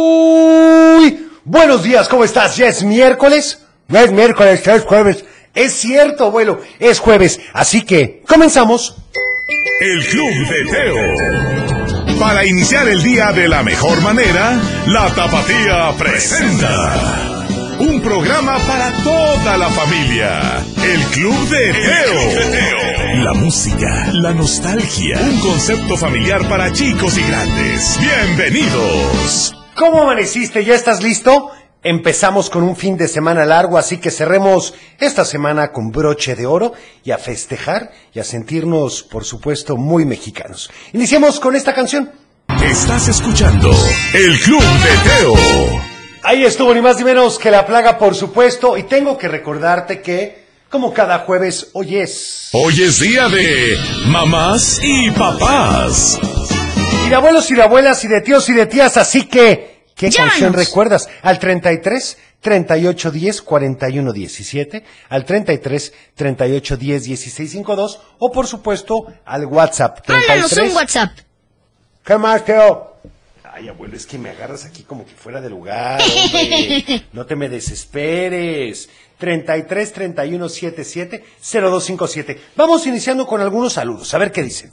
Muy buenos días, ¿cómo estás? Ya es miércoles. Ya es miércoles, ya es jueves. Es cierto, abuelo, es jueves. Así que comenzamos. El Club de Teo. Para iniciar el día de la mejor manera, la Tapatía presenta un programa para toda la familia. El Club de Teo. La música, la nostalgia, un concepto familiar para chicos y grandes. Bienvenidos. ¿Cómo amaneciste? ¿Ya estás listo? Empezamos con un fin de semana largo, así que cerremos esta semana con broche de oro y a festejar y a sentirnos, por supuesto, muy mexicanos. Iniciemos con esta canción. Estás escuchando El Club de Teo. Ahí estuvo ni más ni menos que la plaga, por supuesto, y tengo que recordarte que, como cada jueves, hoy es... Hoy es día de mamás y papás. Y de abuelos y de abuelas y de tíos y de tías, así que... ¿Qué Llámanos. canción recuerdas? Al 33 38 10 41 17, al 33 38 10 16 52 o por supuesto al WhatsApp Mándanos 33. un WhatsApp. ¿Qué más, Teo? Ay, abuelo, es que me agarras aquí como que fuera de lugar, hombre. No te me desesperes. 33 31 77 0257. Vamos iniciando con algunos saludos, a ver qué dicen.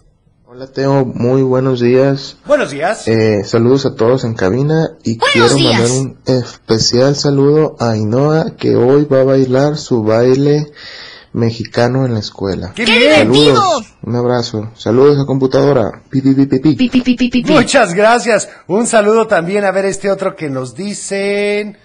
Hola Teo, muy buenos días. Buenos días. Eh, saludos a todos en cabina y Buenos quiero días. mandar un especial saludo a Ainhoa que hoy va a bailar su baile mexicano en la escuela. ¡Qué ¡Qué bien! divertido! Saludos, un abrazo. Saludos a computadora. Pi, pi, pi, pi, pi. Pi, pi, pi, pi, pi. Muchas gracias. Un saludo también a ver este otro que nos dicen.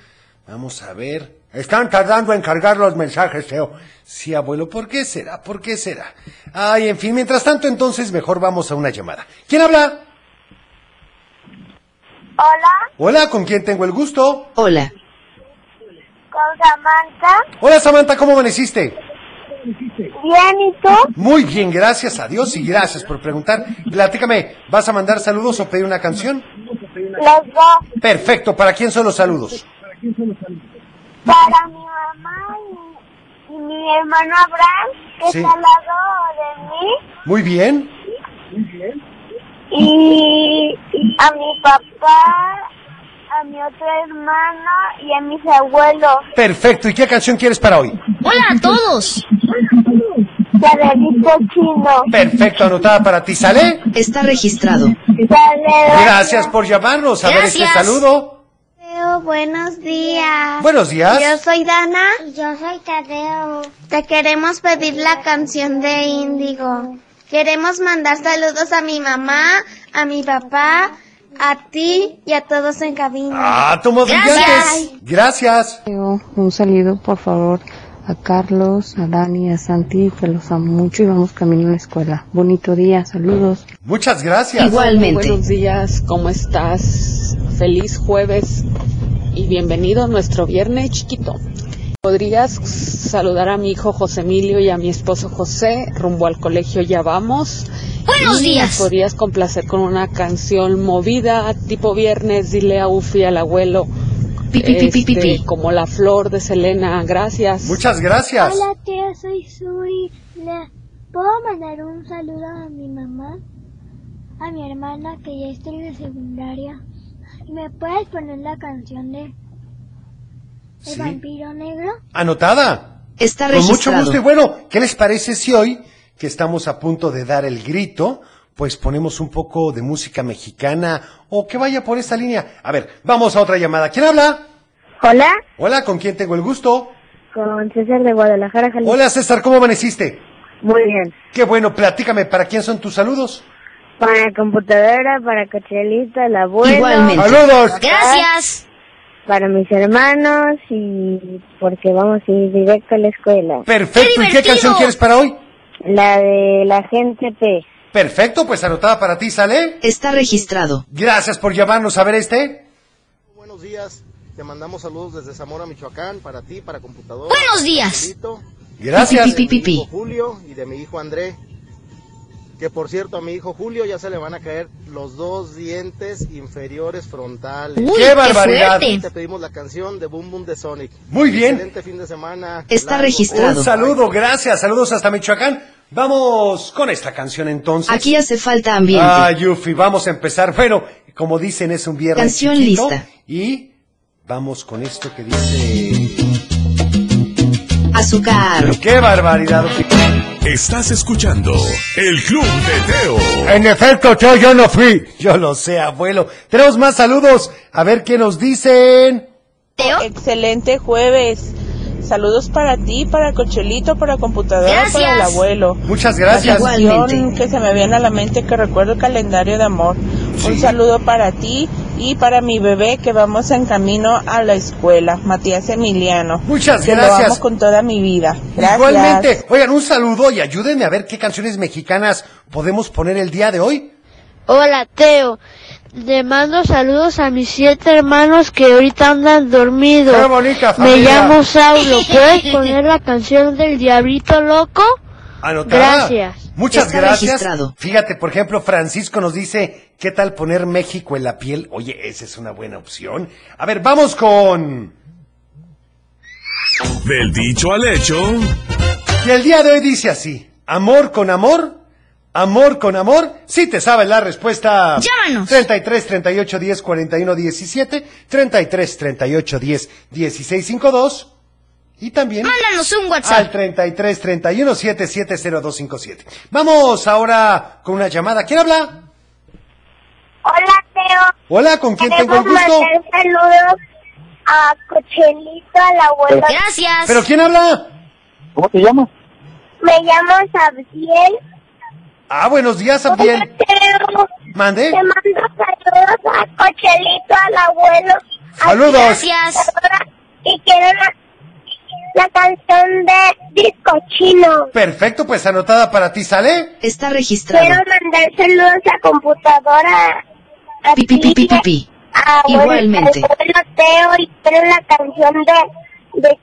Vamos a ver. Están tardando en cargar los mensajes, Teo. Sí, abuelo, ¿por qué será? ¿Por qué será? Ay, en fin, mientras tanto, entonces mejor vamos a una llamada. ¿Quién habla? Hola, Hola, ¿con quién tengo el gusto? Hola, con Samantha. Hola, Samantha, ¿cómo amaneciste? Bien, ¿y tú? Muy bien, gracias a Dios y gracias por preguntar. Platícame, ¿vas a mandar saludos o pedir una canción? Los dos. Perfecto, ¿para quién son los saludos? Para mi mamá y, y mi hermano Abraham, que Sí. está al lado de mí. Muy bien. Y a mi papá, a mi otro hermano y a mis abuelos. Perfecto, ¿y qué canción quieres para hoy? Hola a todos. Salerito chino. Perfecto, anotada para ti, ¿sale? está registrado. Salerito. Gracias por llamarnos. A ver este Gracias. saludo. Tadeo, buenos días. Buenos días. soy Dana. Yo soy Tadeo. Te queremos pedir la canción de Índigo. Queremos mandar saludos a mi mamá, a mi papá, a ti y a todos en cabina. Ah, tomo Gracias. brillantes. Gracias. Un saludo, por favor, a Carlos, a Dani, a Santi, que los amo mucho y vamos camino a la escuela. Bonito día, saludos. Muchas gracias. Igualmente. Buenos días, ¿cómo estás? Feliz jueves y bienvenido a nuestro viernes chiquito. ¿Podrías saludar a mi hijo José Emilio y a mi esposo José? Rumbo al colegio ya vamos. Buenos Y días. nos podrías complacer con una canción movida, tipo viernes, dile a Ufi, al abuelo, Pi, pi, pi, pi, pi, este, pi. como la flor de Selena. Gracias. Muchas gracias. Hola, tía, soy Sui. ¿Le puedo mandar un saludo a mi mamá? A mi hermana que ya está en la secundaria. ¿Y ¿Me puedes poner la canción de El Sí. vampiro negro? Anotada. Está Con mucho gusto. Y registrado. bueno, ¿qué les parece si hoy, que estamos a punto de dar el grito, pues ponemos un poco de música mexicana o que vaya por esa línea? A ver, vamos a otra llamada. ¿Quién habla? Hola, Hola, ¿con quién tengo el gusto? con César de Guadalajara, Jalisco. Hola, César, ¿cómo amaneciste? Muy bien. Qué bueno, platícame, ¿para quién son tus saludos? Para computadora, para cochelita, el abuelo, Igualmente. Saludos. Gracias. para mis hermanos y porque vamos a ir directo a la escuela. Perfecto, ¡Qué ¿y qué divertido! canción quieres para hoy? La de la gente P. Perfecto, pues anotada para ti, ¿sale? Está registrado. Gracias por llamarnos a ver este. Buenos días, te mandamos saludos desde Zamora, Michoacán, para ti, para computador. Buenos días. Gracias. Pi, pi, pi, pi. hijo Julio y de mi hijo André. Que por cierto, a mi hijo Julio ya se le van a caer los dos dientes inferiores frontales. Uy, ¡Qué barbaridad! fuerte. Te pedimos la canción de Boom Boom de Sonic. Muy bien. Excelente fin de semana. Está Largo. registrado. Un saludo, gracias, saludos hasta Michoacán. Vamos con esta canción entonces. Aquí hace falta ambiente. Ah, Yuffie, vamos a empezar. Bueno, Como dicen, es un viernes. Canción chiquito. lista. Y vamos con esto que dice. Azúcar. ¡Qué barbaridad! Estás escuchando El Club de Teo. En efecto, yo, yo no fui. Yo lo sé, abuelo. Tenemos más saludos. A ver qué nos dicen. Teo. Excelente jueves. Saludos para ti, para Cochelito, para computadora, para el Gracias. abuelo. Muchas gracias. Igual. Canción que se me viene a la mente que recuerdo el calendario de amor. Sí. Un saludo para ti y para mi bebé que vamos en camino a la escuela, Matías Emiliano. Muchas Te lo gracias. amo con toda mi vida. Gracias. Igualmente. Oigan, un saludo y ayúdenme a ver qué canciones mexicanas podemos poner el día de hoy. Hola Teo, le mando saludos a mis siete hermanos que ahorita andan dormidos. ¡Qué bonita Me familia! llamo Saulo, ¿puedes poner la canción del Diablito Loco? Anotada. Gracias. Muchas Está gracias. registrado. Fíjate, por ejemplo, Francisco nos dice, ¿qué tal poner México en la piel? Oye, esa es una buena opción. A ver, vamos con... Del dicho al hecho, Y el día de hoy dice así, amor con amor, amor con amor, si te sabes la respuesta. Llámanos. 33 38 10 41 17, 33 38 10 16 52 y también Mándanos un al WhatsApp. 33 31 770257. Vamos ahora con una llamada. ¿Quién habla? Hola, Teo. Hola, ¿con quién tengo el Queremos gusto? mandar saludos a Cochelito, a la abuela. Gracias. ¿Pero quién habla? ¿Cómo te llamas? Me llamo Sabiel. Ah, buenos días, Hola, Abdiel. Teo. Mande. Te mando saludos a Cochelito, al abuelo. a Saludos. Gracias. Ahora, y quiero la, la canción de Disco Chino. Perfecto, pues anotada para ti, ¿sale? Está Quiero registrado. mandar saludos a computadora. A Pi, pi, pi, pi, ti, pi, pi. a abuelo, Igualmente. al abuelo Teo y quiero la canción de, de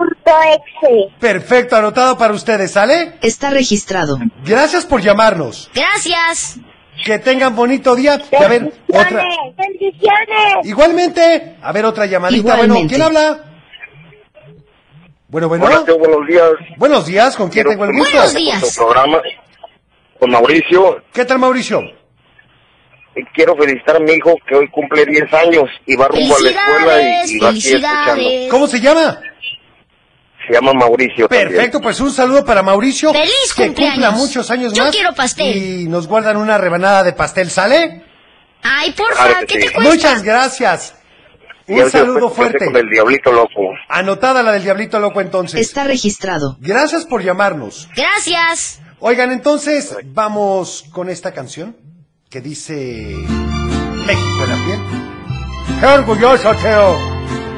Chocolate.exe. Perfecto, anotado para ustedes, ¿sale? Está registrado. Gracias por llamarnos. Gracias. Que tengan bonito día. Y a ver, otra. Bendiciones, bendiciones. Igualmente. A ver, otra llamadita. Bueno, Igualmente. ¿quién habla? Bueno, bueno. Hola, Teo, buenos días. Buenos días, ¿con quién tengo el gusto? Buenos días. Tu programa con Mauricio. ¿Qué tal, Mauricio? Y Quiero felicitar a mi hijo que hoy cumple 10 años y va rumbo a la escuela Felicidades, y, y va aquí escuchando. felicidades. ¿Cómo se llama? Se llama Mauricio. también. Perfecto, pues un saludo para Mauricio. ¡Feliz que cumpleaños! cumpla muchos años Yo más. quiero pastel. Y nos guardan una rebanada de pastel, ¿sale? Ay, porfa, Claro que ¿qué te sí. cuesta? Muchas gracias. Y Un ahorita saludo después empecé fuerte. Con el diablito loco. Anotada la del Diablito Loco entonces. Está registrado. Gracias por llamarnos. Gracias. Oigan, entonces vamos con esta canción que dice México en la piel. ¡Qué orgulloso, Teo!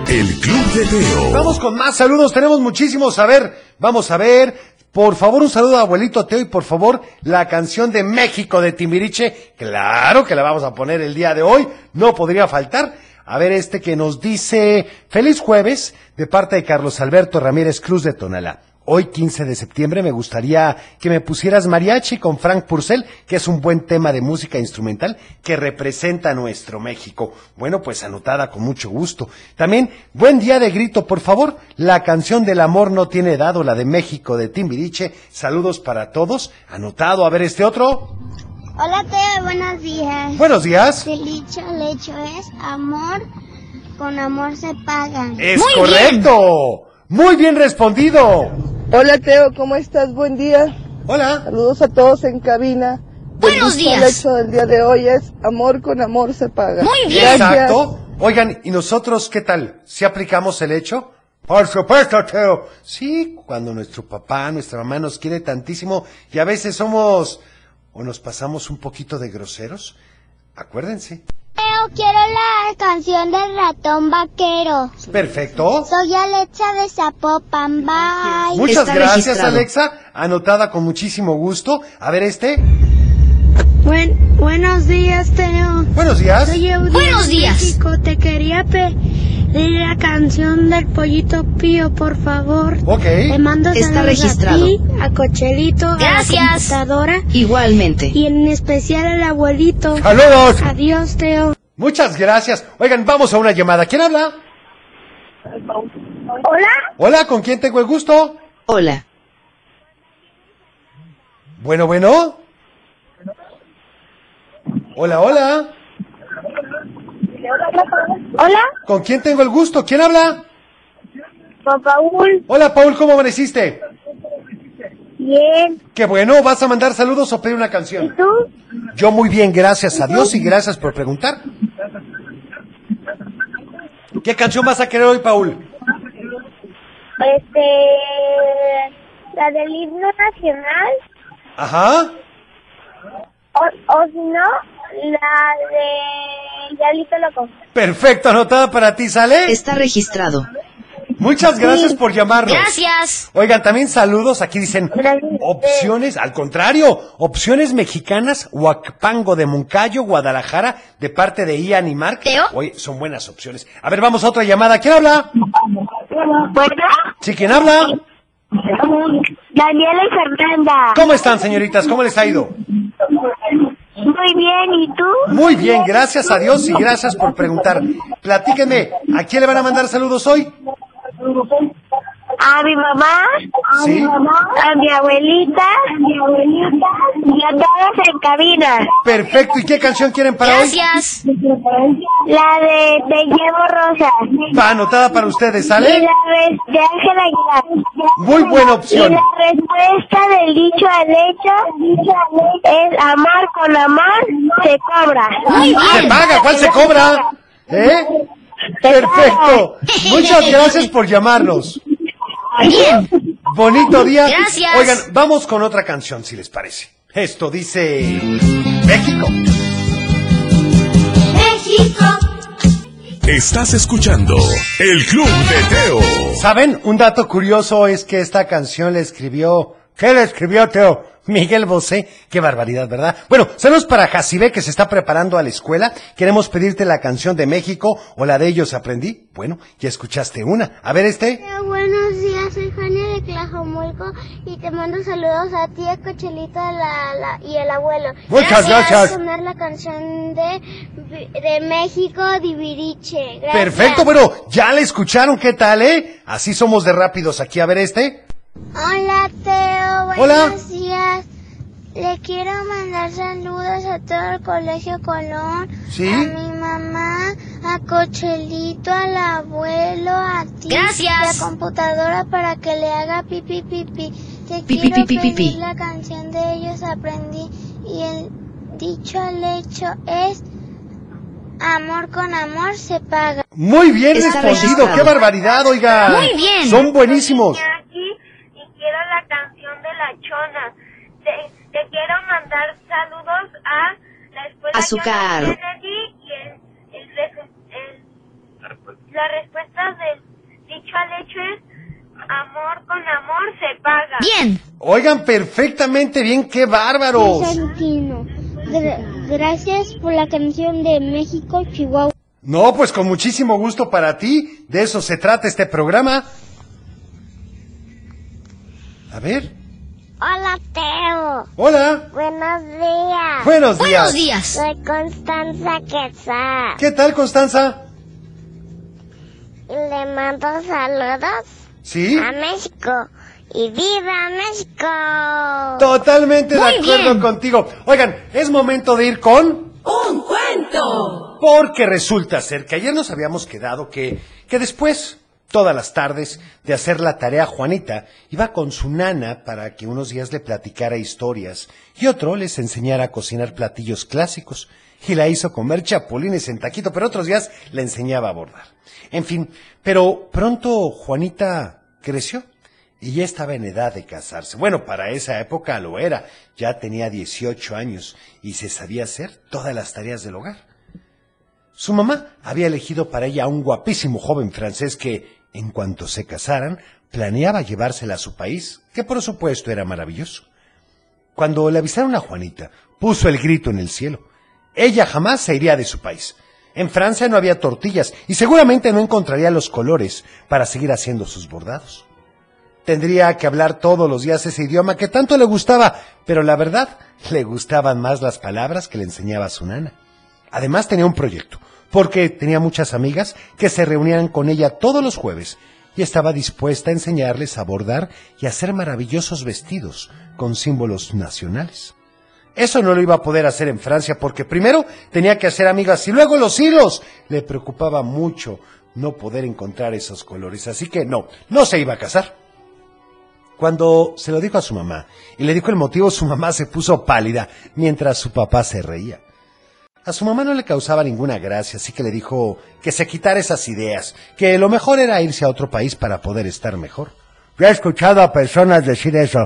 El Club de Teo. Vamos con más saludos, tenemos muchísimos. A ver, vamos a ver. Por favor, un saludo a abuelito Teo y por favor, la canción de México de Timbiriche. Claro que la vamos a poner el día de hoy, no podría faltar. A ver este que nos dice, feliz jueves de parte de Carlos Alberto Ramírez Cruz de Tonalá. Hoy 15 de septiembre me gustaría que me pusieras mariachi con Frank Purcell, que es un buen tema de música instrumental que representa a nuestro México. Bueno, pues anotada con mucho gusto. También, buen día de grito, por favor. La canción del amor no tiene dado, la de México de Timbiriche. Saludos para todos. Anotado, a ver este otro. Hola, Teo, buenos días. Buenos días. El dicho, el hecho es amor, con amor se paga. Es Muy correcto. Muy bien respondido. Hola Teo, ¿cómo estás? Buen día. Hola. Saludos a todos en cabina. Bendito Buenos días. El hecho del día de hoy es amor con amor se paga. Muy bien. Exacto. Oigan, ¿y nosotros qué tal? ¿Si aplicamos el hecho? Por supuesto, Teo. Sí, cuando nuestro papá, nuestra mamá nos quiere tantísimo y a veces somos o nos pasamos un poquito de groseros. Acuérdense. Teo, quiero la canción del ratón vaquero. Perfecto. Soy Alexa de Zapopan, bye. Muchas Está gracias, registrado. Alexa. Anotada con muchísimo gusto. A ver este. buenos días Teo, Buenos días. Eudio Buenos días. te quería pedir la canción del pollito pío, por favor. Ok. mando Está registrado. a Cochelito, a la Gracias. computadora Igualmente. en especial al abuelito. Saludos. Adiós Teo. Muchas gracias. Oigan, vamos a una llamada. ¿Quién habla? Hola, Hola, ¿con quién tengo el gusto? Hola. Bueno, bueno. Hola, hola. Hola. ¿Con quién tengo el gusto? ¿Quién habla? Con Paul. Hola, Paul, ¿cómo amaneciste? Bien. Qué bueno, ¿vas a mandar saludos o pedir una canción? ¿Y tú? Yo muy bien, gracias a Dios y gracias por preguntar. ¿Qué canción vas a querer hoy, Paul? Este. La del himno nacional. Ajá. O, o si no, la de. Diablito Loco. Perfecto, anotada para ti, ¿sale? Está registrado. Muchas gracias Sí. por llamarnos. Gracias. Oigan, también saludos. Aquí dicen opciones, al contrario, opciones mexicanas, Huacapango de Moncayo, Guadalajara, de parte de Ian y Mark. Oye, son buenas opciones. A ver, vamos a otra llamada. ¿Quién habla? Sí, ¿quién habla? Daniela y Fernanda. ¿Cómo están, señoritas? ¿Cómo les ha ido? Muy bien, ¿y tú? Muy bien, gracias a Dios y gracias por preguntar. Platíquenme, ¿a quién le van a mandar saludos hoy? A mi mamá, a Sí. mi mamá, a mi abuelita, a mi abuelita, y a todos en cabina. Perfecto, ¿y qué canción quieren para Gracias. La de Te llevo rosa. hoy? Va anotada para ustedes, Y ¿sale? la res- de Ángel Aguilar. Muy buena opción. Y la respuesta del dicho al hecho es amar con amar se cobra. Se paga, ¿cuál se cobra? ¿Eh? Perfecto. Muchas gracias por llamarnos. Bonito día. Gracias. Oigan, vamos con otra canción, si les parece. Esto dice México. Estás escuchando El Club de Teo. ¿Saben? Un dato curioso es que esta canción la escribió. ¿Qué la escribió, Teo? Miguel Bosé. Qué barbaridad, ¿verdad? Bueno, saludos para Jacibe que se está preparando a la escuela. Queremos pedirte la canción de México o la de ellos aprendí. Bueno, ya escuchaste una. A ver, este. Buenos días, soy Jania de Tlajomulco y te mando saludos a ti, a Cochelita la, la- y el abuelo. Muchas gracias. Vamos a sonar la canción de, de México, Diviriche. Gracias. Perfecto, bueno, ya la escucharon, ¿qué tal, eh? Así somos de rápidos aquí, a ver este. Hola, Teo. Buenos Hola. días. Le quiero mandar saludos a todo el Colegio Colón, Sí. a mi mamá, a Cochelito, al abuelo, a ti, Gracias. la computadora para que le haga pipi pipi. Te Pi, pi, quiero pi, pi, pi, pi. pedir la canción de ellos aprendí y el dicho al hecho es amor con amor se paga. Muy bien Está respondido, registrado. qué barbaridad, oiga. Muy bien. Son buenísimos. y quiero la canción de la chona. Te, te quiero mandar saludos a la escuela Azúcar. John F. Kennedy y el- el res- el- la respuesta del dicho al hecho es amor con amor se paga. Bien. Oigan perfectamente bien, qué bárbaros. Bizantino. Gra- gracias por la canción de México, Chihuahua. No, pues con muchísimo gusto para ti, de eso se trata este programa. A ver, Hola, Teo. hola, Buenos días. Buenos días. Buenos días. Soy Constanza Quesada. ¿qué tal, Constanza? Le mando saludos ¿Sí? a México. Y viva México. Totalmente Muy de acuerdo bien. contigo. Oigan, es momento de ir con... Un cuento. Porque resulta ser que ayer nos habíamos quedado que, que después, todas las tardes, de hacer la tarea Juanita, iba con su nana para que unos días le platicara historias y otro les enseñara a cocinar platillos clásicos. Y la hizo comer chapulines en taquito, pero otros días la enseñaba a bordar. En fin, pero pronto Juanita creció y ya estaba en edad de casarse. Bueno, para esa época lo era. Ya tenía 18 años y se sabía hacer todas las tareas del hogar. Su mamá había elegido para ella a un guapísimo joven francés que, en cuanto se casaran, planeaba llevársela a su país, que por supuesto era maravilloso. Cuando le avisaron a Juanita, puso el grito en el cielo. Ella jamás se iría de su país. En Francia no había tortillas y seguramente no encontraría los colores para seguir haciendo sus bordados. Tendría que hablar todos los días ese idioma que tanto le gustaba, pero la verdad, le gustaban más las palabras que le enseñaba su nana. Además tenía un proyecto, porque tenía muchas amigas que se reunían con ella todos los jueves y estaba dispuesta a enseñarles a bordar y a hacer maravillosos vestidos con símbolos nacionales. Eso no lo iba a poder hacer en Francia porque primero tenía que hacer amigas y luego los hilos. Le preocupaba mucho no poder encontrar esos colores, así que no, no se iba a casar. Cuando se lo dijo a su mamá y le dijo el motivo, su mamá se puso pálida mientras su papá se reía. A su mamá no le causaba ninguna gracia, así que le dijo que se quitara esas ideas, que lo mejor era irse a otro país para poder estar mejor. Yo he escuchado a personas decir eso.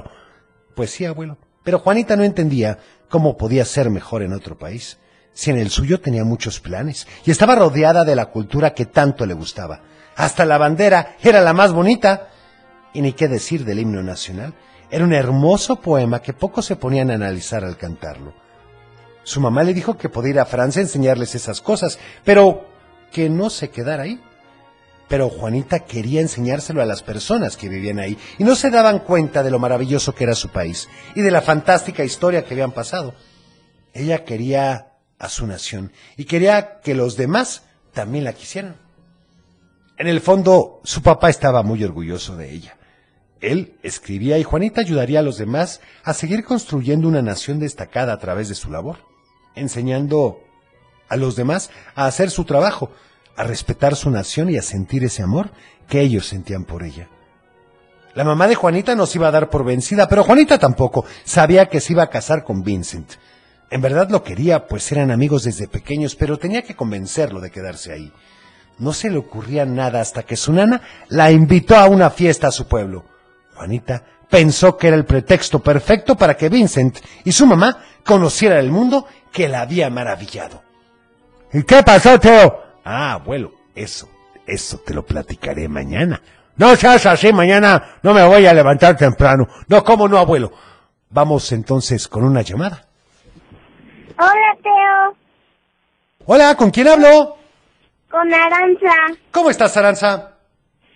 Pues sí, abuelo. Pero Juanita no entendía cómo podía ser mejor en otro país, si en el suyo tenía muchos planes y estaba rodeada de la cultura que tanto le gustaba. Hasta la bandera era la más bonita. Y ni qué decir del himno nacional. Era un hermoso poema que pocos se ponían a analizar al cantarlo. Su mamá le dijo que podía ir a Francia a enseñarles esas cosas, pero que no se quedara ahí. Pero Juanita quería enseñárselo a las personas que vivían ahí y no se daban cuenta de lo maravilloso que era su país y de la fantástica historia que habían pasado. Ella quería a su nación y quería que los demás también la quisieran. En el fondo, su papá estaba muy orgulloso de ella. Él escribía y Juanita ayudaría a los demás a seguir construyendo una nación destacada a través de su labor, enseñando a los demás a hacer su trabajo, a respetar su nación y a sentir ese amor que ellos sentían por ella. La mamá de Juanita nos iba a dar por vencida, pero Juanita tampoco sabía que se iba a casar con Vincent. En verdad lo quería, pues eran amigos desde pequeños, pero tenía que convencerlo de quedarse ahí. No se le ocurría nada hasta que su nana la invitó a una fiesta a su pueblo. Juanita pensó que era el pretexto perfecto para que Vincent y su mamá conocieran el mundo que la había maravillado. ¿Y qué pasó, Teo? Ah, abuelo, eso, eso te lo platicaré mañana. No seas así, mañana no me voy a levantar temprano. No, ¿cómo no, abuelo? Vamos entonces con una llamada. Hola, Teo. Hola, ¿con quién hablo? Con Aranza. ¿Cómo estás, Aranza?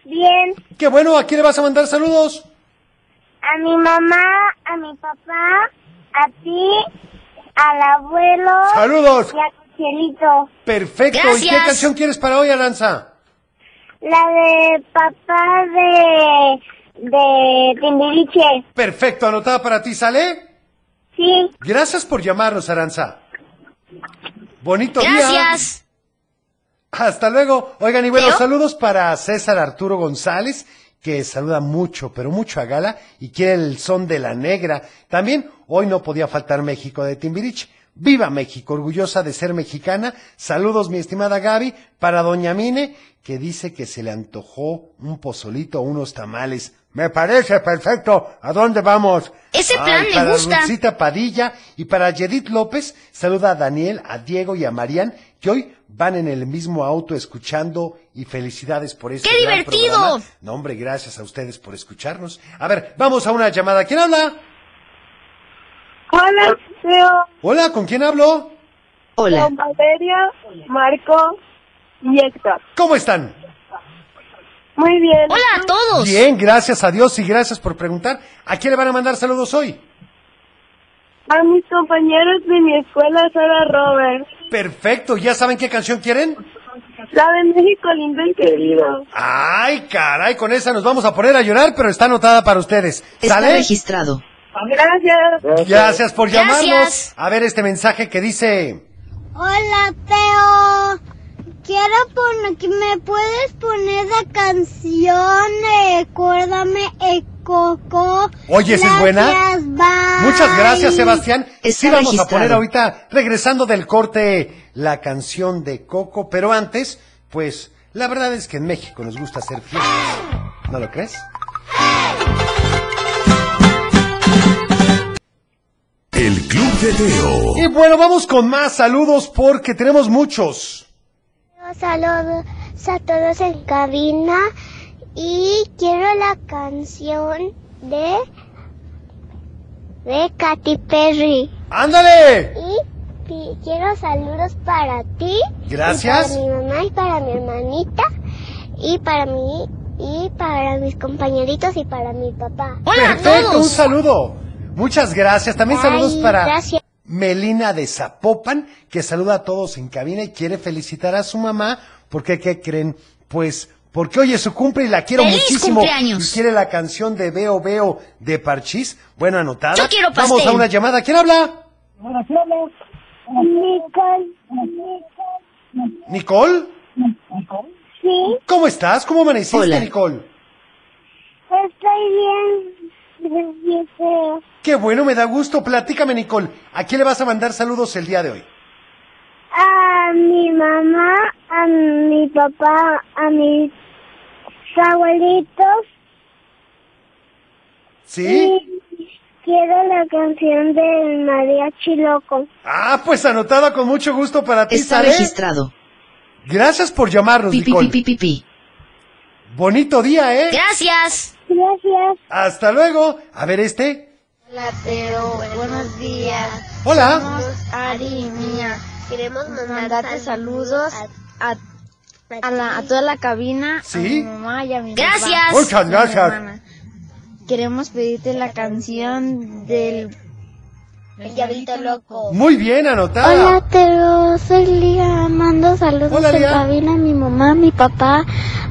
Bien. Qué bueno, ¿a quién le vas a mandar saludos? A mi mamá, a mi papá, a ti, al abuelo. Saludos. Y a tu cielito. Perfecto, ¿y qué Gracias. canción quieres para hoy, Aranza? La de papá de. de Timbiriche. Perfecto, anotada para ti, ¿sale? Sí. Gracias por llamarnos, Aranza. Bonito día. Gracias. Hasta luego. Oigan, y bueno, ¿Leo? saludos para César Arturo González, que saluda mucho, pero mucho a Gala y quiere el son de la negra. También hoy no podía faltar México de Timbirich. Viva México, orgullosa de ser mexicana. Saludos, mi estimada Gaby, para Doña Mine, que dice que se le antojó un pozolito o unos tamales. Me parece perfecto. ¿A dónde vamos? Ese plan me para gusta. Ruthcita Rita Padilla y para Yedith López saluda a Daniel, a Diego y a Marían que hoy van en el mismo auto escuchando y felicidades por este ¡Qué gran divertido! programa. No hombre, gracias a ustedes por escucharnos. A ver, vamos a una llamada. ¿Quién habla? Hola, Teo. Hola, ¿con quién hablo? Con Valeria, Marco y Héctor. ¿Cómo están? Muy bien. Hola a todos. Bien, gracias a Dios y gracias por preguntar. ¿A quién le van a mandar saludos hoy? A mis compañeros de mi escuela, Sara Robert. Perfecto, ¿ya saben qué canción quieren? La de México lindo y querido. Ay, caray, con esa nos vamos a poner a llorar, pero está anotada para ustedes. Está ¿Sale? registrado. Gracias. Gracias por llamarnos. Gracias. A ver este mensaje que dice... Hola, Teo. Quiero poner, que me puedes poner la canción, recuérdame, el coco. Oye, ¿esa es buena? Gracias, bye. Muchas gracias, Sebastián. sí, Está vamos a registrado. poner ahorita, regresando del corte, la canción de Coco. Pero antes, pues, la verdad es que en México nos gusta hacer fiestas. ¿No lo crees? El Club de Teo. Y bueno, vamos con más saludos porque tenemos muchos. Saludos a todos en cabina y quiero la canción de de Katy Perry ¡Ándale! y pi- quiero saludos para ti, y Gracias. para mi mamá y para mi hermanita y para mí y para mis compañeritos y para mi papá. Perfecto, un saludo. Muchas gracias. También Bye, saludos para gracias. Melina de Zapopan, que saluda a todos en cabina y quiere felicitar a su mamá, porque ¿qué creen? Pues porque hoy es su cumple y la quiero ¡Feliz muchísimo. cumpleaños! Y quiere la canción de Veo Veo de Parchís. Bueno, anotada. Yo quiero Vamos pastel. a una llamada. ¿Quién habla? Oraciones. Nicole. ¿Nicole? Sí, ¿Cómo estás? ¿Cómo amaneciste, Hola. Nicole? estoy bien. Bien feo. Qué bueno, me da gusto. Platícame, Nicole. ¿A quién le vas a mandar saludos el día de hoy? A mi mamá, a mi papá, a mis abuelitos. ¿Sí? Y quiero la canción del mariachi loco. Ah, pues anotada con mucho gusto para ti. Está ¿sale? registrado. Gracias por llamarnos, Pi, pi, Nicole. pi, Bonito día, ¿eh? Gracias. Gracias. Hasta luego. A ver este. Hola Teo, buenos días. Hola. Somos Ari y Mía. Queremos mandarte saludos a, a la- a toda la cabina, Sí. a mi mamá y a mi Gracias. papá. Muchas Y a mi gracias. hermana. Queremos pedirte la canción del Diablito Loco. Muy bien, anotada. Hola Teo, soy Lía, mando saludos Hola, en Lía. cabina a mi mamá, a mi papá,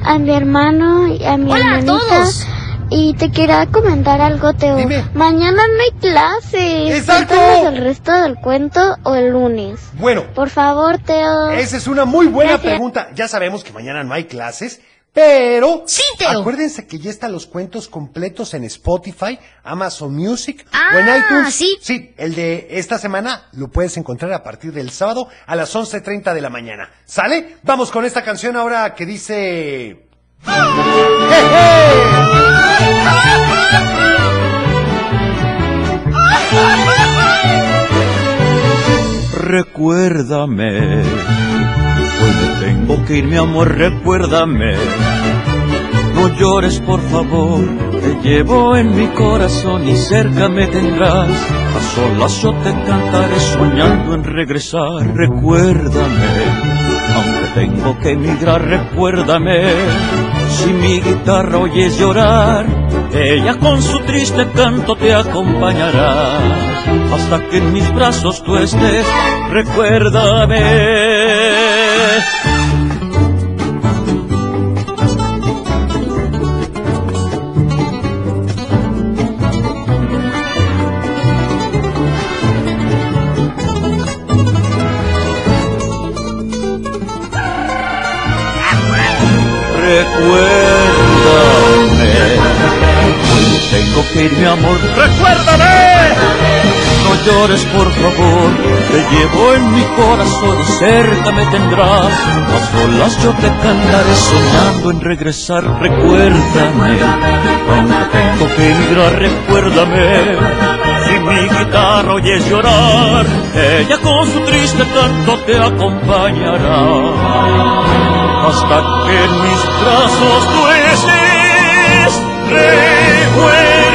a mi hermano y a mi Hola a hermanita. todos. Y te quería comentar algo, Teo. Mañana no hay clases. ¡Exacto! Cuéntanos el resto del cuento o el lunes. Bueno, Por favor, Teo. esa es una muy buena Gracias. pregunta. Ya sabemos que mañana no hay clases, pero acuérdense que ya están los cuentos completos en Spotify, Amazon Music o en Ah, iTunes. sí. el de esta semana lo puedes encontrar a partir del sábado a las 11.30 de la mañana. ¿Sale? Vamos con esta canción ahora que dice... Recuérdame, pues tengo que ir, mi amor, recuérdame. No llores, por favor, te llevo en mi corazón y cerca me tendrás. A solas yo te cantaré soñando en regresar, recuérdame. Aunque tengo que emigrar, recuérdame. Si mi guitarra oyes llorar, ella con su triste canto te acompañará. Hasta que en mis brazos tú estés, recuérdame. Recuérdame. Hoy tengo que ir, mi amor. ¡Recuérdame! No llores, por favor. Te llevo en mi corazón y cerca me tendrás. A solas yo te cantaré soñando en regresar. Recuérdame. Aunque tengo que emigrar, recuérdame. Si mi guitarra oyes llorar, ella con su triste canto te acompañará. Hasta que en mis brazos tú estés, recuerda.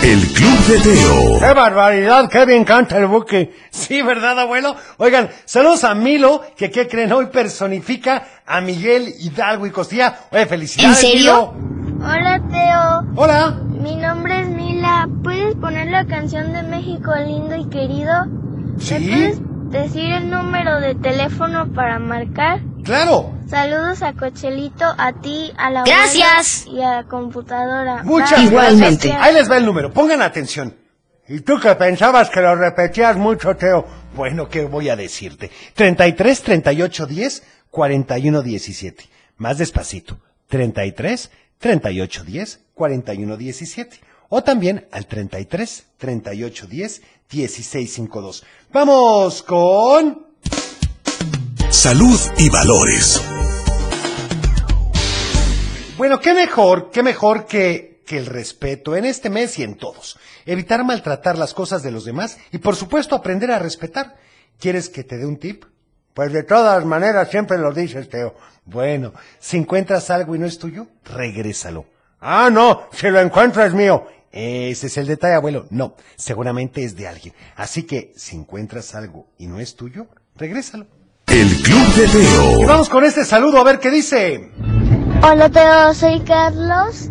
El Club de Teo. ¡Qué barbaridad! ¡Qué bien canta el buque! Sí, ¿verdad, abuelo? Oigan, saludos a Milo, que ¿qué creen hoy? Personifica a Miguel Hidalgo y Costilla. Oye, felicidades, ¿En serio? Milo. Hola, Teo. Hola. Mi nombre es Mila. ¿Puedes poner la canción de México lindo y querido? Sí. ¿Me puedes decir el número de teléfono para marcar? ¡Claro! Saludos a Cochelito, a ti, a la Gracias. abuela y a la computadora. Muchas Bye. gracias. Ahí les va el número, pongan atención. Y tú que pensabas que lo repetías mucho, Teo. Bueno, ¿qué voy a decirte? 33 38 10 41 17. Más despacito. 33 38 10 41 17. O también al 33 38 10 16 52. Vamos con. Salud y valores. Bueno, qué mejor, qué mejor que, que el respeto en este mes y en todos. Evitar maltratar las cosas de los demás y por supuesto aprender a respetar. ¿Quieres que te dé un tip? Pues de todas maneras siempre lo este dices, Teo. Bueno, si encuentras algo y no es tuyo, regrésalo. Ah, no, si lo encuentro es mío. Ese es el detalle, abuelo. No, seguramente es de alguien. Así que si encuentras algo y no es tuyo, regrésalo. El Club de Teo. Y vamos con este saludo a ver qué dice. Hola todos, soy Carlos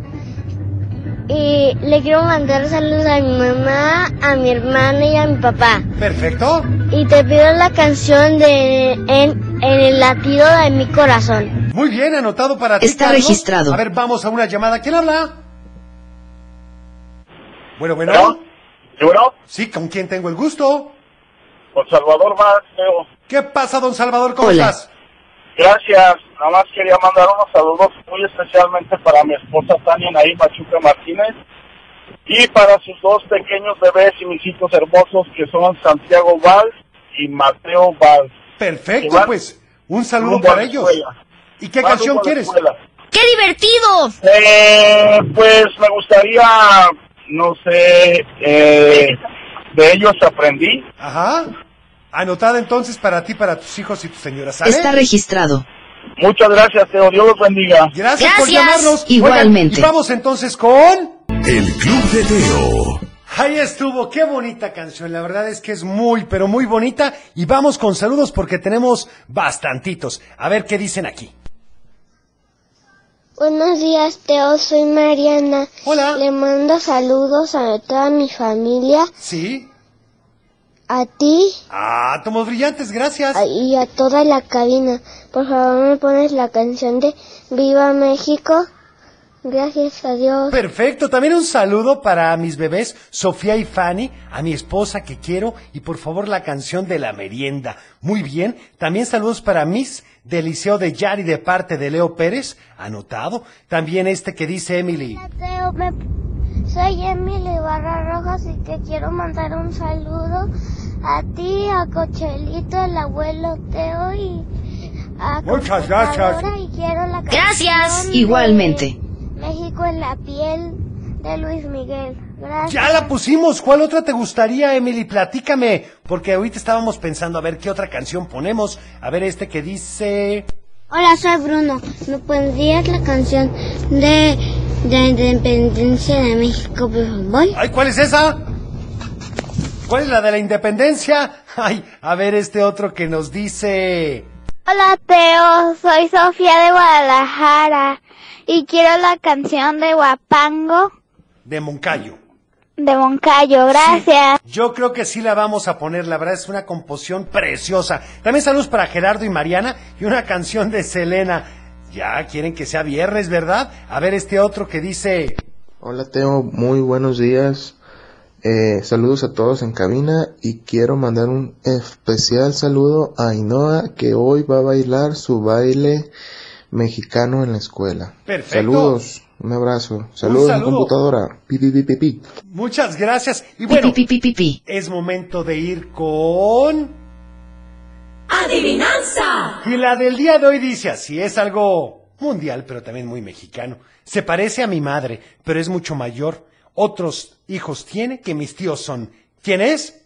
y le quiero mandar saludos a mi mamá, a mi hermana y a mi papá. Perfecto. Y te pido la canción de en, en el latido de mi corazón. Muy bien, anotado para ti. Está Carlos. registrado. A ver, vamos a una llamada. ¿Quién habla? Bueno, bueno. ¿Seguro? Sí, ¿con quién tengo el gusto? Con Salvador Vaz, Teo. ¿Qué pasa, don Salvador? ¿Cómo Hola. estás? Gracias. Nada más quería mandar unos saludos muy especialmente para mi esposa Tania Naí Machuca Martínez y para sus dos pequeños bebés y mis hijos hermosos que son Santiago Valls y Mateo Valls. Perfecto, Igual. pues. Un saludo Rumbo a para la ellos. escuela. ¿Y qué Va canción rumbo a la quieres? escuela. ¡Qué divertido! Eh, pues me gustaría, no sé, eh, de ellos aprendí. Ajá. Anotada entonces para ti, para tus hijos y tus señoras. ¿sale? Está registrado. Muchas gracias, Teo. Dios los bendiga. Gracias, por llamarnos. Igualmente. Oigan, y vamos entonces con. El Club de Teo. Ahí estuvo, qué bonita canción. La verdad es que es muy, pero muy bonita. Y vamos con saludos porque tenemos bastantitos. A ver qué dicen aquí. Buenos días, Teo. Soy Mariana. Hola. Le mando saludos a toda mi familia, Sí. a ti Ah, tomos brillantes, gracias. y a toda la cabina. Por favor, me pones la canción de Viva México. Gracias a Dios. Perfecto, también un saludo para mis bebés, Sofía y Fanny, a mi esposa que quiero y por favor la canción de la merienda. Muy bien, también saludos para mis del Liceo de Yari de parte de Leo Pérez, anotado. También este que dice Emily. Teo, me- soy Emily Barra Rojas y te quiero mandar un saludo a ti, a Cochelito, el abuelo Teo y a Muchas gracias. computadora y quiero la Gracias. canción de Igualmente. México en la piel de Luis Miguel. Gracias. Ya la pusimos, ¿cuál otra te gustaría, Emily? Platícame, porque ahorita estábamos pensando a ver qué otra canción ponemos. A ver este que dice... Hola, soy Bruno. ¿Me pondrías la canción de la independencia de México, por favor? Ay, ¿cuál es esa? ¿Cuál es la de la independencia? Ay, a ver este otro que nos dice... Hola Teo, soy Sofía de Guadalajara y quiero la canción de Guapango de Moncayo. de Moncayo, gracias. Yo creo que sí la vamos a poner, la verdad es una composición preciosa. También saludos para Gerardo y Mariana y una canción de Selena. Ya quieren que sea viernes, ¿verdad? A ver este otro que dice... Hola Teo, muy buenos días. Eh, saludos a todos en cabina y quiero mandar un especial saludo a Ainhoa que hoy va a bailar su baile mexicano en la escuela. Perfecto. Saludos, un abrazo. Saludos a saludo. computadora. Pi, pi, pi, pi, pi. Muchas gracias. Y bueno, es momento de ir con... ¡Adivinanza! Y la del día de hoy dice así, es algo mundial, pero también muy mexicano. Se parece a mi madre, pero es mucho mayor. Otros hijos tiene que mis tíos son. ¿Quién es?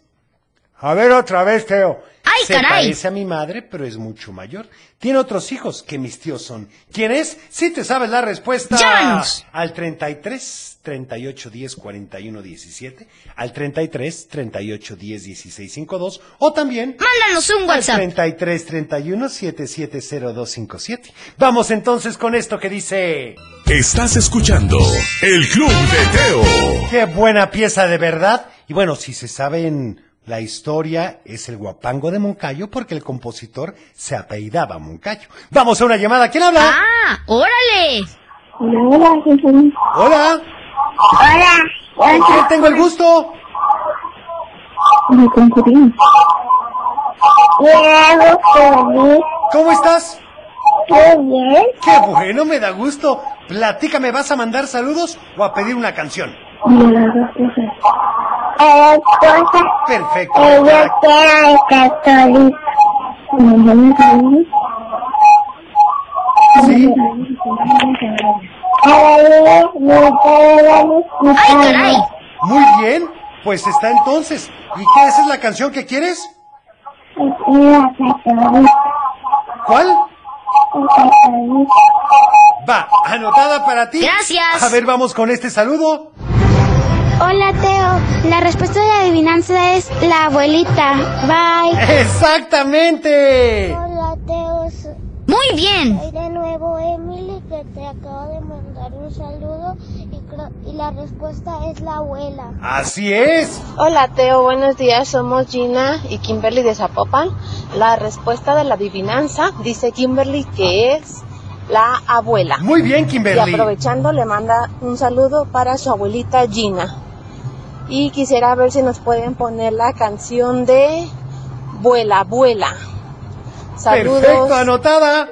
A ver otra vez, Teo. ¡Ay, Se caray! parece a mi madre, pero es mucho mayor. Tiene otros hijos que mis tíos son. ¿Quién es? Si te sabes la respuesta. Llámanos. Al 33 38 10 41 17, al 33 38 10 16 52 o también Mándanos Ah, un WhatsApp. al 33 31 770257. Vamos entonces con esto que dice Estás escuchando El Club de Teo. Qué buena pieza de verdad. Y bueno, si se saben la historia, es el guapango de Moncayo porque el compositor se apellidaba Moncayo. Vamos a una llamada. ¿Quién habla? ¡Ah! ¡Órale! Hola. Hola. ¿Con quién tengo el gusto? Me confundí. ¿Cómo estás? Muy bien. Qué bueno, me da gusto. Platícame, ¿vas a mandar saludos o a pedir una canción? Perfecto. Ella era católica. Sí. ¡Ay, caray! Muy bien, pues está entonces. ¿Y qué esa es la canción que quieres? ¿Cuál? Va, anotada para ti. Gracias. A ver, vamos con este saludo. Hola, Teo. La respuesta de la adivinanza es la abuelita. Bye. Exactamente. Hola, Teo. Muy bien. Soy de nuevo Emily, que te acabo de mandar un saludo y, creo- y la respuesta es la abuela. Así es. Hola Teo, buenos días. Somos Gina y Kimberly de Zapopan. La respuesta de la adivinanza dice Kimberly que es la abuela. Muy bien, Kimberly. Y aprovechando le manda un saludo para su abuelita Gina. Y quisiera ver si nos pueden poner la canción de Vuela, Vuela. Saludos. Perfecto, anotada.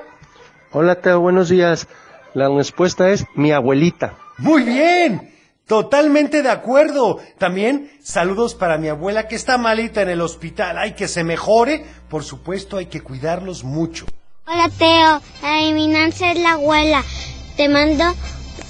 Hola, Teo, buenos días. La respuesta es mi abuelita. Muy bien. Totalmente de acuerdo. También saludos para mi abuela que está malita en el hospital. Hay que se mejore. Por supuesto, hay que cuidarlos mucho. Hola Teo, la adivinanza es la abuela. Te mando,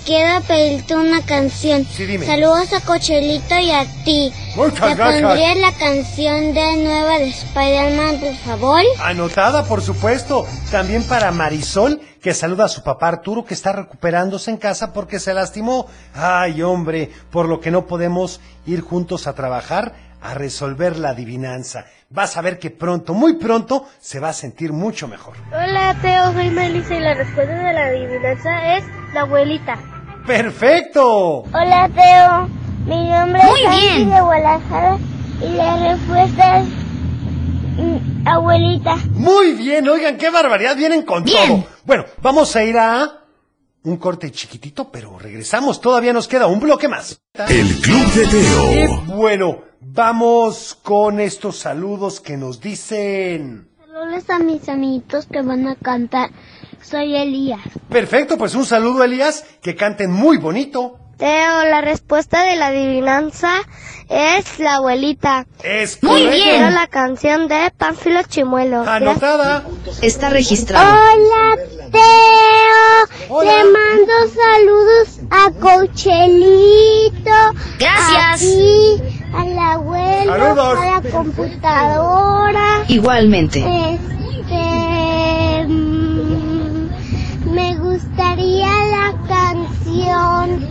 quiero pedirte una canción. Sí, dime. Saludos a Cochelito y a ti. Muchas ¿Te gracias. pondrías la canción de nueva de Spider-Man, por favor? Anotada, por supuesto. También para Marisol, que saluda a su papá Arturo, que está recuperándose en casa porque se lastimó. Ay, hombre, por lo que no podemos ir juntos a trabajar a resolver la adivinanza. Vas a ver que pronto, muy pronto, se va a sentir mucho mejor. Hola, Teo, soy Melissa y la respuesta de la adivinanza es la abuelita. ¡Perfecto! Hola Teo, mi nombre Muy es Angie bien. de Guadalajara y la respuesta es mm, abuelita. Muy bien, oigan, qué barbaridad, vienen con todo. Bueno, vamos a ir a un corte chiquitito, pero regresamos, todavía nos queda un bloque más. El Club de Qué Teo. Bueno, vamos con estos saludos que nos dicen. Saludos a mis amiguitos que van a cantar. Soy Elías. Perfecto, pues un saludo, Elías, que canten muy bonito. Teo, la respuesta de la adivinanza es la abuelita. Es Muy correcto. bien. la canción de Pánfilo Chimuelo. Ah, Anotada. Está registrado. Hola Teo, te mando saludos a Cochelito, Gracias. a ti, al abuelo, Saludos. a la computadora. Igualmente. Este, mm, me gustaría la canción.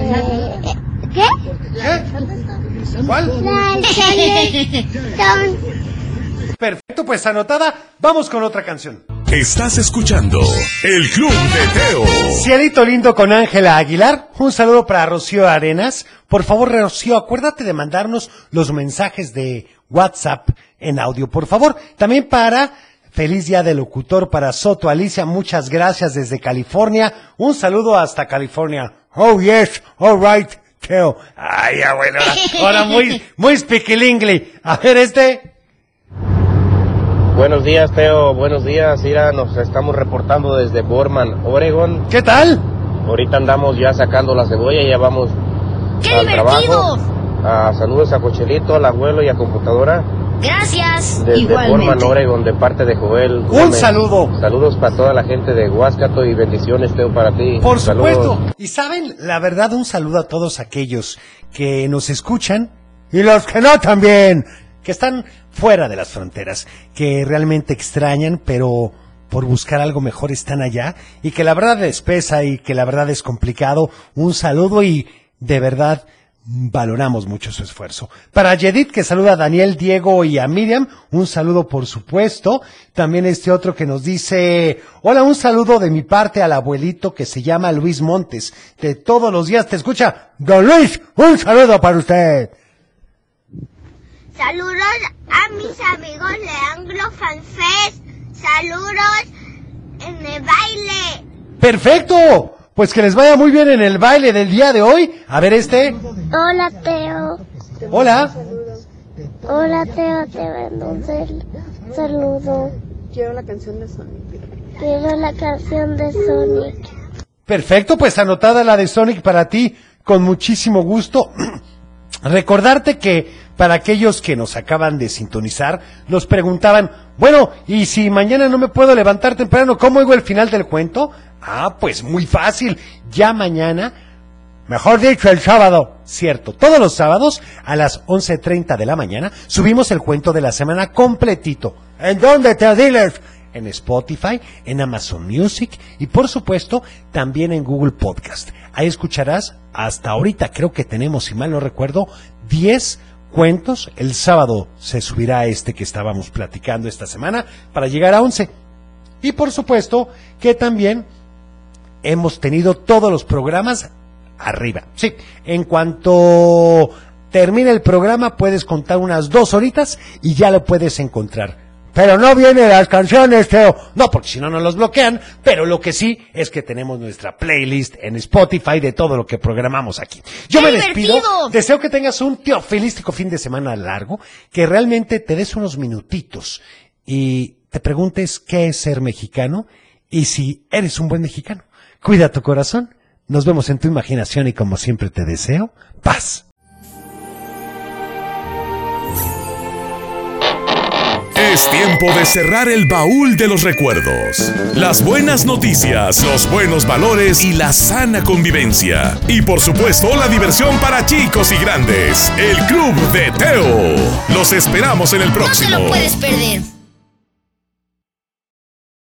eh, ¿Qué? ¿Eh? ¿Cuál? La Charleston. Perfecto, pues anotada, vamos con otra canción. Estás escuchando El Club de Teo. Cielito lindo con Ángela Aguilar. Un saludo para Rocío Arenas. Por favor, Rocío, acuérdate de mandarnos los mensajes de WhatsApp en audio, por favor. También para Feliz Día del Locutor para Soto Alicia. Muchas gracias desde California. Un saludo hasta California. Oh, yes, all right, Teo. Ay, abuelo, ahora- ahora muy, muy speakilingle. A ver, este. Buenos días, Teo. Buenos días, Ira. Nos estamos reportando desde Borman, Oregon. ¿Qué tal? Ahorita andamos ya sacando la cebolla, ya vamos al trabajo. Ah, saludos a Cochelito, al abuelo y a computadora. Gracias. Desde Borman, Oregon, de parte de Joel. Un Gómez. saludo. Saludos para toda la gente de Huáscato y bendiciones, Teo, para ti. Por Saludos. supuesto. Y saben, la verdad, un saludo a todos aquellos que nos escuchan y los que no también, que están fuera de las fronteras, que realmente extrañan, pero por buscar algo mejor están allá y que la verdad es pesa y que la verdad es complicado. Un saludo y de verdad valoramos mucho su esfuerzo. Para Yedid, que saluda a Daniel, Diego y a Miriam, un saludo por supuesto. También este otro que nos dice, hola, un saludo de mi parte al abuelito que se llama Luis Montes. De todos los días te escucha, don Luis, un saludo para usted. Saludos a mis amigos de Anglo Fanfest. Saludos en el baile. Perfecto. Pues que les vaya muy bien en el baile del día de hoy. A ver este. Hola, Teo. Hola. Hola, Teo. Te mando un sal- saludo. Quiero la canción de Sonic. Quiero la canción de Sonic. Perfecto, pues anotada la de Sonic para ti, con muchísimo gusto. Recordarte que para aquellos que nos acaban de sintonizar, nos preguntaban, bueno, ¿y si mañana no me puedo levantar temprano, cómo oigo el final del cuento? Ah, pues muy fácil, ya mañana, mejor dicho, el sábado, cierto, todos los sábados a las 11.30 de la mañana subimos el cuento de la semana completito. ¿En dónde te diles? En Spotify, en Amazon Music y por supuesto también en Google Podcast. Ahí escucharás hasta ahorita, creo que tenemos, si mal no recuerdo, 10 cuentos. El sábado se subirá este que estábamos platicando esta semana para llegar a 11. Y por supuesto que también hemos tenido todos los programas arriba. Sí, en cuanto termine el programa puedes contar unas dos horitas y ya lo puedes encontrar. Pero no vienen las canciones, Teo. No, porque si no nos los bloquean. Pero lo que sí es que tenemos nuestra playlist en Spotify de todo lo que programamos aquí. Yo me despido. Deseo que tengas un teofilístico fin de semana largo, que realmente te des unos minutitos y te preguntes qué es ser mexicano y si eres un buen mexicano. Cuida tu corazón. Nos vemos en tu imaginación y como siempre te deseo, paz. Es tiempo de cerrar el baúl de los recuerdos. Las buenas noticias, los buenos valores y la sana convivencia. Y por supuesto, la diversión para chicos y grandes. El Club de Teo. Los esperamos en el próximo. Puedes perder.